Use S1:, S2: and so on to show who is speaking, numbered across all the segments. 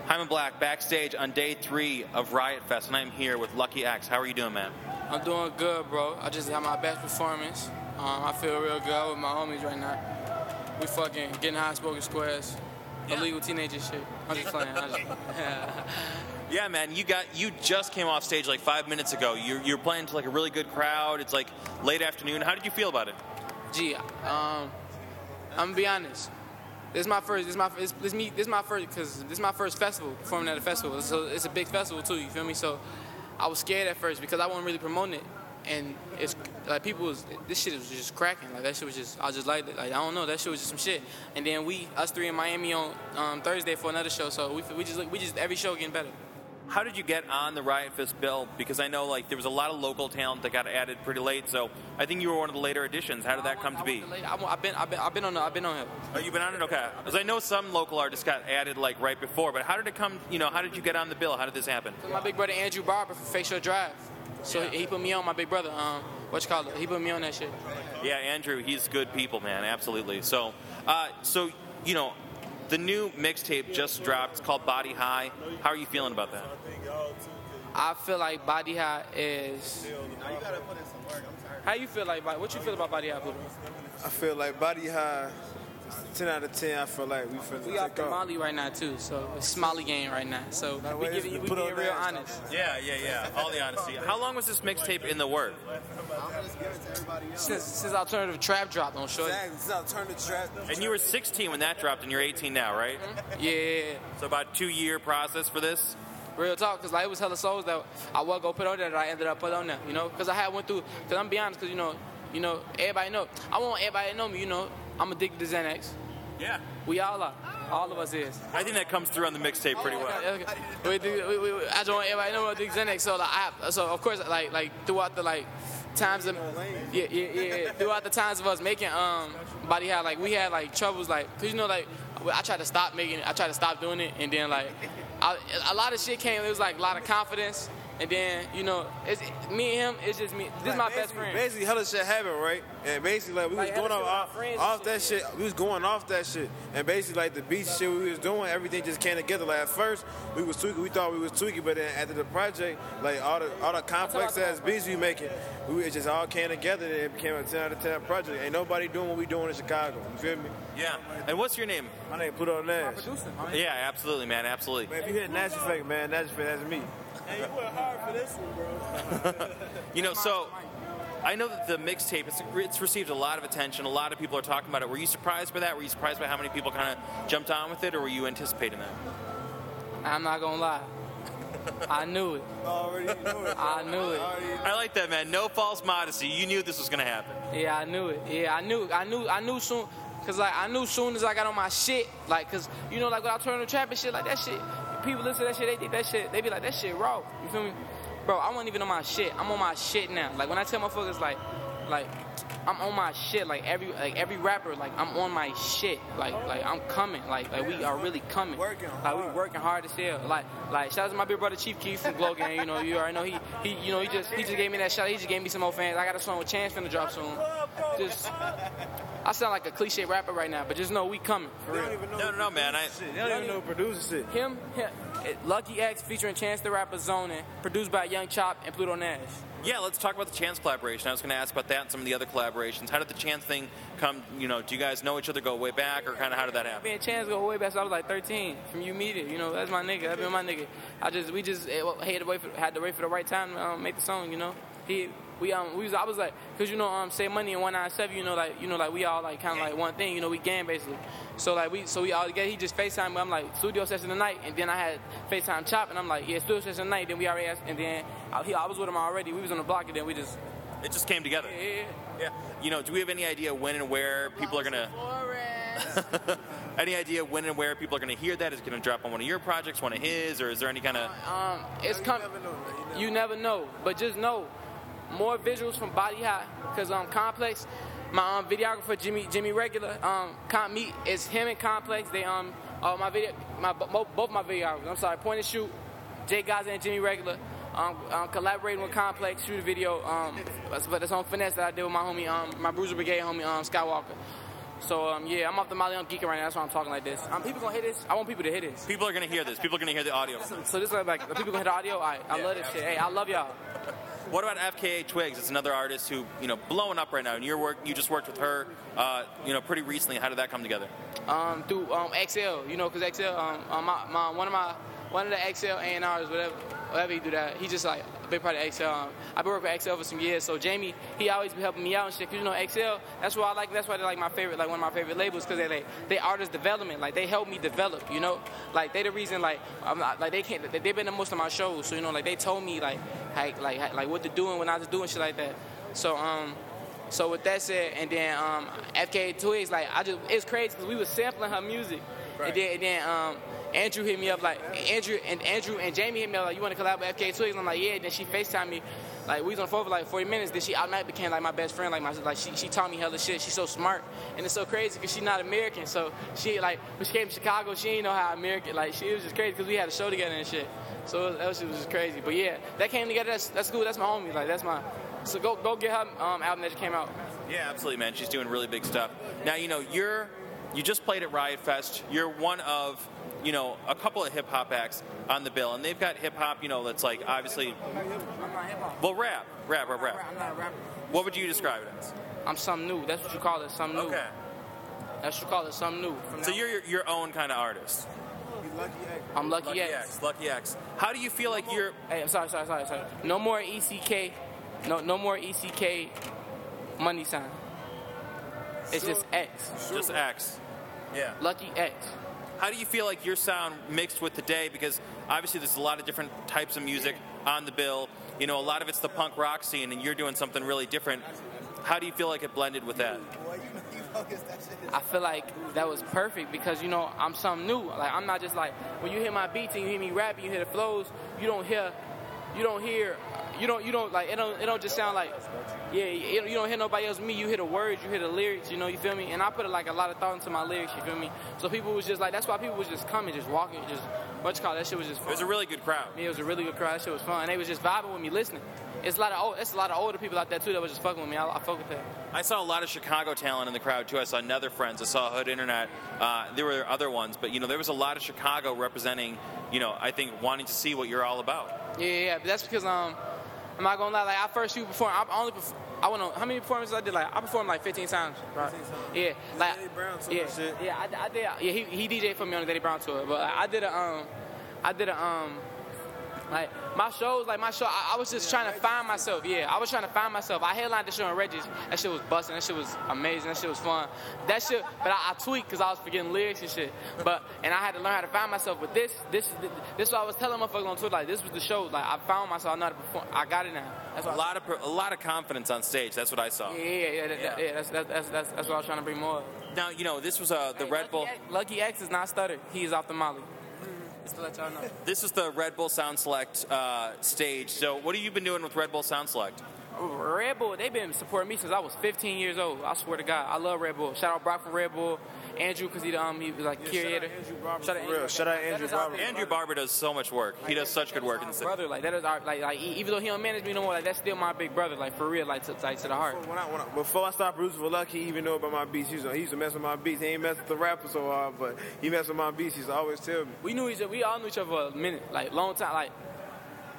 S1: Hyman Black backstage on day three of Riot Fest, and I'm here with Lucky X. How are you doing, man?
S2: I'm doing good, bro. I just had my best performance. Um, I feel real good with my homies right now. We fucking getting high smoking squares, illegal teenager shit. I'm just playing. I'm just,
S1: Yeah, man, you got you just came off stage like five minutes ago. You're, you're playing to like a really good crowd. It's like late afternoon. How did you feel about it?
S2: Gee, um, I'm gonna be honest. This is my first. This is my. This, this me. This is my first. Cause this is my first festival performing at a festival. It's a, it's a big festival too. You feel me? So, I was scared at first because I wasn't really promoting it, and it's like people was. This shit was just cracking. Like that shit was just. I just liked it. Like I don't know. That shit was just some shit. And then we, us three in Miami on um, Thursday for another show. So we, we just look. We just every show getting better.
S1: How did you get on the Riot Fest bill? Because I know like there was a lot of local talent that got added pretty late. So I think you were one of the later additions. How did that come to be?
S2: I've been. I've been. I've been on. the- I've been on here.
S1: Oh, you've been on it, okay? Because I know some local artists got added like right before. But how did it come? You know, how did you get on the bill? How did this happen?
S2: My big brother Andrew Barber from Facial Drive. So he, he put me on my big brother. Um, what you call it? He put me on that shit.
S1: Yeah, Andrew, he's good people, man. Absolutely. So, uh, so you know, the new mixtape just dropped. It's called Body High. How are you feeling about that?
S2: I feel like Body High is. How you feel like Body- what you feel about Body High? Blue?
S3: I feel like body high. Ten out of ten. I feel like we feel
S2: We off
S3: take
S2: the
S3: off.
S2: Molly right now too, so it's Smiley game right now. So we
S3: wait,
S2: giving you, we
S3: put on
S2: being real
S3: that.
S2: honest.
S1: Yeah, yeah, yeah. All the honesty. How long was this mixtape in the work?
S2: Since since alternative trap dropped on short.
S3: Exactly. It's not turn the trap.
S1: And you were 16 when that dropped, and you're 18 now, right?
S2: Yeah.
S1: So about two year process for this.
S2: Real talk, cause like it was hella souls that I was gonna put on there that I ended up putting on there, you know. Cause I had went through, cause I'm be honest, cause you know, you know, everybody know. I want everybody to know me, you know. I'm addicted to Xanax.
S1: Yeah.
S2: We all are. All of us is.
S1: I think that comes through on the mixtape pretty well.
S2: Okay, okay. We do, we, we, we- I don't want everybody to know about the Xanax. So like, I, so of course, like, like throughout the like times of, yeah, yeah, yeah, yeah. throughout the times of us making um body high, like we had like troubles, like, cause you know, like I tried to stop making, it, I tried to stop doing it, and then like, I, a lot of shit came. It was like a lot of confidence, and then you know, it's me and him. It's just me. This is my
S3: Like,
S2: best
S3: basically-
S2: friend.
S3: Basically, hella shit happened, right? And basically, like we
S2: Like,
S3: was going
S2: hella shit with our
S3: off,
S2: friends and
S3: off that shit. We was going off that shit, and basically, like the beach shit we was doing, everything just came together. Like at first, we was tweaking, we thought we was tweaking, but then after the project, like all the all the complex ass beats we making, we it just all came together and it became a ten out of ten project. Ain't nobody doing what we doing in Chicago. You feel me?
S1: Yeah. And what's your name?
S3: My name Pluto Nash.
S1: Yeah, absolutely, man. Absolutely.
S3: Man, if you hit Nash Effect, man, Nash Effect, that's me.
S1: You know, so I know that the mixtape it's, it's received a lot of attention. A lot of people are talking about it. Were you surprised by that? Were you surprised by how many people kind of jumped on with it, or were you anticipating that?
S2: I'm not gonna lie. I knew it.
S3: Already know it.
S2: I knew it.
S1: I like that, man. No false modesty. You knew this was going to happen.
S2: Yeah, I knew it. Yeah, I knew. I knew. I knew soon. Cause like I knew soon as I got on my shit, like cause you know like when I turn the trap and shit like that shit, people listen to that shit, they think that shit, they be like that shit raw. You feel me, bro? I wasn't even on my shit. I'm on my shit now. Like when I tell motherfuckers like, like I'm on my shit. Like every like every rapper, like I'm on my shit. Like like I'm coming. Like like we are really coming.
S3: Working
S2: Like we
S3: hard.
S2: working hard as hell. Like like shout out to my big brother Chief Keith from Glow Gang. You know you already know he he you know he just he just gave me that shout. He just gave me some more fans. I got a song with Chance finna drop soon.
S3: Oh,
S2: Just I sound like a cliche rapper right now, but just know we coming.
S3: They don't even know
S1: No, no, no, man. I,
S3: shit. They don't even know producer shit.
S2: Him, him Lucky X featuring Chance the Rapper Zoning, produced by Young Chop and Pluto Nash.
S1: yeah, let's talk about the Chance collaboration. I was going to ask about that and some of the other collaborations. How did the Chance thing come? You know, do you guys know each other go way back, or kind of how did that happen?
S2: Me and Chance go way back. since I was like 13 from you meet it. You know, that's my nigga. That's been my nigga. I just we just eh, well, had to wait for had to wait for the right time to um, make the song. You know, he we um we was I was like because you know um say money and one nine seven. You know like you know like we all like kind of like one thing. You know we gang basically. So like we so we all together. He just Facetime. I'm like studio session tonight, and then I had Facetime Chop, and I'm like yeah studio session tonight. Then we already asked, and then I, he, I was with him already. We was on the block, and then we just
S1: It just came together.
S2: yeah. yeah.
S1: Yeah. You know, do we have any idea when and where people are going to? Any idea when and where people are going to hear that? Is it going to drop on one of your projects, one of his, or is there any kind of?
S2: It's coming. You never know, but just know more visuals from Body High because um Complex, my um videographer Jimmy Jimmy Regular um com me it's him and Complex. They um uh, my video my bo- both my videographers. I'm sorry, Point and Shoot, Jay Gaza and Jimmy Regular. Um, um, collaborating with Complex, shoot a video. Um, that's- but it's on finesse that I did with my homie, um, my Bruiser Brigade homie, um, Skywalker. So um, yeah, I'm off the Molly. I'm geeking right now. That's why I'm talking like this. Um, people gonna hit this. I want people to hit this.
S1: People are gonna hear this. People are gonna hear the audio.
S2: So this is like the people gonna hit the audio. I I
S1: Yeah,
S2: love this shit. Hey, I love y'all.
S1: What about FKA Twigs? It's another artist who you know blowing up right now. And your work, you just worked with her, uh, you know, pretty recently. How did that come together?
S2: Um, through um XL, you know, cause XL um, um my, my one of my one of the XL A and R's whatever whatever you do that he just like a big part of XL. Um, I've been working with XL for some years, so Jamie he always be helping me out and shit. Cause you know XL, that's why I like that's why they're like my favorite like one of my favorite labels, cause they like they artist development, like they help me develop, you know, like they the reason like I'm not, like they can't they, they've been to most of my shows, so you know like they told me like like like like what to do and what not to do and shit like that. So um. So with that said, and then um, FK Twigs, like I just it's crazy because we was sampling her music, and then and then um, Andrew hit me up like Andrew and Andrew and Jamie hit me up like you want to collab with FK Twigs? I'm like yeah. Then she Facetime me, like we was on the phone for like 40 minutes. Then she overnight became like my best friend, like my like she, she taught me hella shit. She's so smart, and it's so crazy because she's not American, so she like when she came to Chicago, she didn't know how American like she it was just crazy because we had a show together and shit. So it was, that was, it was just crazy. But yeah, that came together. That's that's cool. That's my homie. Like that's my. So go go get her um, album that just came out.
S1: Yeah, absolutely, man. She's doing really big stuff. Now, you know, you're you just played at Riot Fest. You're one of you know a couple of hip hop acts on the bill, and they've got hip hop. You know, that's like obviously
S2: I'm not hip hop.
S1: well, rap, rap, rap, rap.
S2: I'm not a rapper.
S1: What would you describe it as?
S2: I'm something new. That's what you call it. Something new. That's what you call it. Something new. From
S1: So
S2: now-
S1: you're your, your own kind of artist.
S2: I'm lucky,
S1: Lucky
S2: yet.
S1: X, Lucky X. How do you feel like you're?
S2: Hey, I'm sorry, sorry, sorry, sorry. No more ECK. No, no more ECK. Money sign. It's just X.
S1: Just X. Yeah.
S2: Lucky X.
S1: How do you feel like your sound mixed with today? Because obviously there's a lot of different types of music on the bill. You know, a lot of it's the punk rock scene, and you're doing something really different. How do you feel like it blended with that?
S2: I feel like that was perfect because you know I'm something new. Like I'm not just like when you hear my beats and you hear me rapping, you hear the flows. You don't hear, you don't hear, you don't you don't like it don't it don't just sound like yeah you don't- you don't hear nobody else. Me, you hear the words, you hear the lyrics. You know you feel me? And I put like a lot of thought into my lyrics. You feel me? So people was just like that's why people was just coming, just walking, just what you call it, that shit was just.
S1: It was
S2: fun.
S1: a really good crowd.
S2: Yeah, it was a really good crowd. That shit was fun. And they was just vibing with me, listening. It's a lot of old, it's a lot of older people out there too that was just fucking with me. I, I fuck with that.
S1: I saw a lot of Chicago talent in the crowd too. I saw Nether Friends. I saw Hood Internet. Uh, there were other ones, but you know there was a lot of Chicago representing. You know, I think wanting to see what you're all about.
S2: Yeah, yeah, yeah. But that's because um, I'm not gonna lie. Like I first you perform, I only perf- I went on how many performances I did. Like I performed like 15 times. Right. Yeah. Like
S3: Daddy Brown tour
S2: yeah,
S3: and shit.
S2: yeah. I, I did. Yeah, he he DJ for me on the Daddy Brown tour. But like, I did a um, I did a um. Like my shows, like my show, I, I was just trying to find myself. Yeah, I was trying to find myself. I headlined the show in Reggie's. That shit was busting. That shit was amazing. That shit was fun. That shit, but I, I tweaked because I was forgetting lyrics and shit. But and I had to learn how to find myself. But this, this, this, is what I was telling motherfuckers on Twitter. Like this was the show. Like I found myself. I know how to perform. I got it now. That's
S1: A
S2: what I-
S1: lot of per- a lot of confidence on stage. That's what I saw.
S2: yeah, yeah, yeah, that- that-
S1: Yeah.
S2: yeah. That's, that's that's that's that's what I was trying to bring more. of.
S1: Now you know this was uh, the
S2: Hey,
S1: Red Bull. Mm-hmm.
S2: Lucky X, Lucky X is not stutter. He is off the Molly. Just to let y'all know.
S1: This is the Red Bull Sound Select uh, stage. So, what have you been doing with Red Bull Sound Select?
S2: Red Bull, they've been supporting me since I was 15 years old. I swear to God, I love Red Bull. Shout out Brock from Red Bull, Andrew because he um he was like
S3: shout out
S2: curator.
S3: Andrew Barber for real. Shout out Andrew
S2: That is our-
S3: Barber.
S1: Andrew Barber does so much work. He does such good work in the city.
S2: brother. Like that is our like like e- even though he don't manage me no more, like that's still my big brother. Like for real, like to, like, to the heart.
S3: When I, when I, before I stopped producing for Lucky, he even know about my beats. He used, to, he used to mess with my beats. He ain't mess with the rapper so hard, but he mess with my beats. He used to always tell me.
S2: We knew each other. We all knew each other for a minute, like long time. Like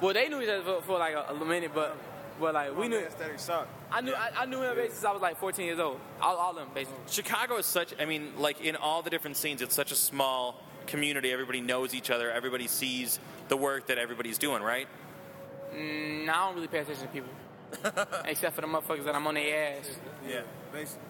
S2: well, they knew each other for, for like a, a minute, but but like we
S3: My
S2: knew.
S3: man Static Shock.
S2: I knew I, I knew him basically since I was like 14 years old. All, all of them basically.
S1: Chicago is such, I mean, like in all the different scenes, it's such a small community. Everybody knows each other, everybody sees the work that everybody's doing, right?
S2: And I don't really pay attention to people, except for the motherfuckers that I'm on their ass.
S3: Yeah, basically.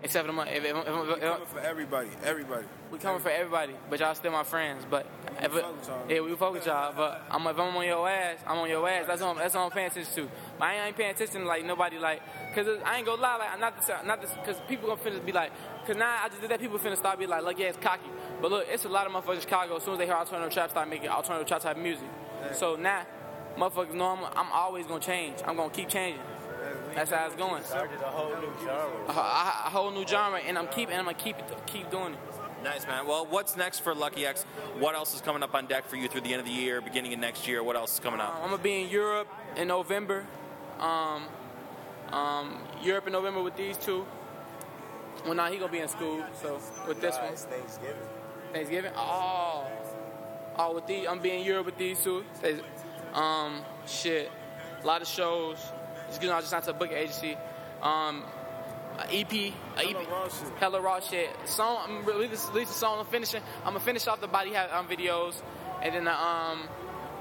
S2: Except for the mo- if, if, if, if, if,
S3: Coming for everybody, everybody.
S2: We coming for everybody, but y'all still my friends. But if
S3: fuck with y'all.
S2: yeah, we fuck with y'all. But I'm if I'm on your ass, I'm on your ass. That's what I'm, that's what I'm paying attention to. But I ain't, I ain't paying attention to, like nobody like, cause it- I ain't gonna lie, like I'm not this, not this, cause people gonna finna be like, cause now I just did that. People finna start be like, look, yeah, it's cocky. But look, it's a lot of motherfuckers in Chicago. As soon as they hear alternative trap, start making alternative trap type music. So now, motherfuckers know I'm, I'm always gonna change. I'm gonna keep changing. That's how it's going.
S4: started a whole new genre.
S2: A, a- a whole new genre, and I'm keeping, and I'm gonna keep it, keep doing it.
S1: Nice, man. Well, what's next for Lucky X? What else is coming up on deck for you through the end of the year, beginning of next year? What else is coming
S2: Um,
S1: up?
S2: I'm gonna be in Europe in November. Um, um, Europe in November with these two. Well, now he gonna be in school. So with this one,
S4: It's Thanksgiving.
S2: Thanksgiving. Oh, oh, with these, I'm being Europe with these two. They- Um, shit, a lot of shows. Just getting out just out to a book agency. Um, a EP, a EP,
S3: Hella raw shit.
S2: hella raw shit. Song, I'm gonna release, release a song. I'm finishing. I'm gonna finish off the body have um, videos, and then the um,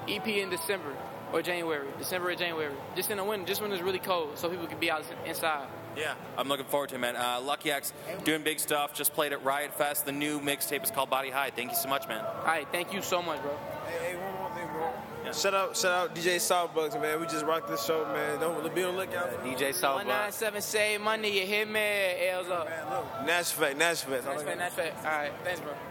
S2: EP in December or January, December or January. Just in the winter, just when it's really cold, so people can be out inside.
S1: Yeah, I'm looking forward to it, man. Uh, Lucky X doing big stuff. Just played at Riot Fest. The new mixtape is called Body High. Thank you so much, man.
S2: All right, thank you so much, bro.
S3: Hey, hey, one more thing, bro.
S1: Yeah.
S3: Shout out, shout out, DJ Southbucks, man. We just rocked this show, man. Don't be on the lookout. for-
S4: DJ Soul
S2: One nine seven save money. You hit me. L's up.
S3: Nash fact, Nash fact.
S2: That's fair. That's fair. All right. Thanks, bro.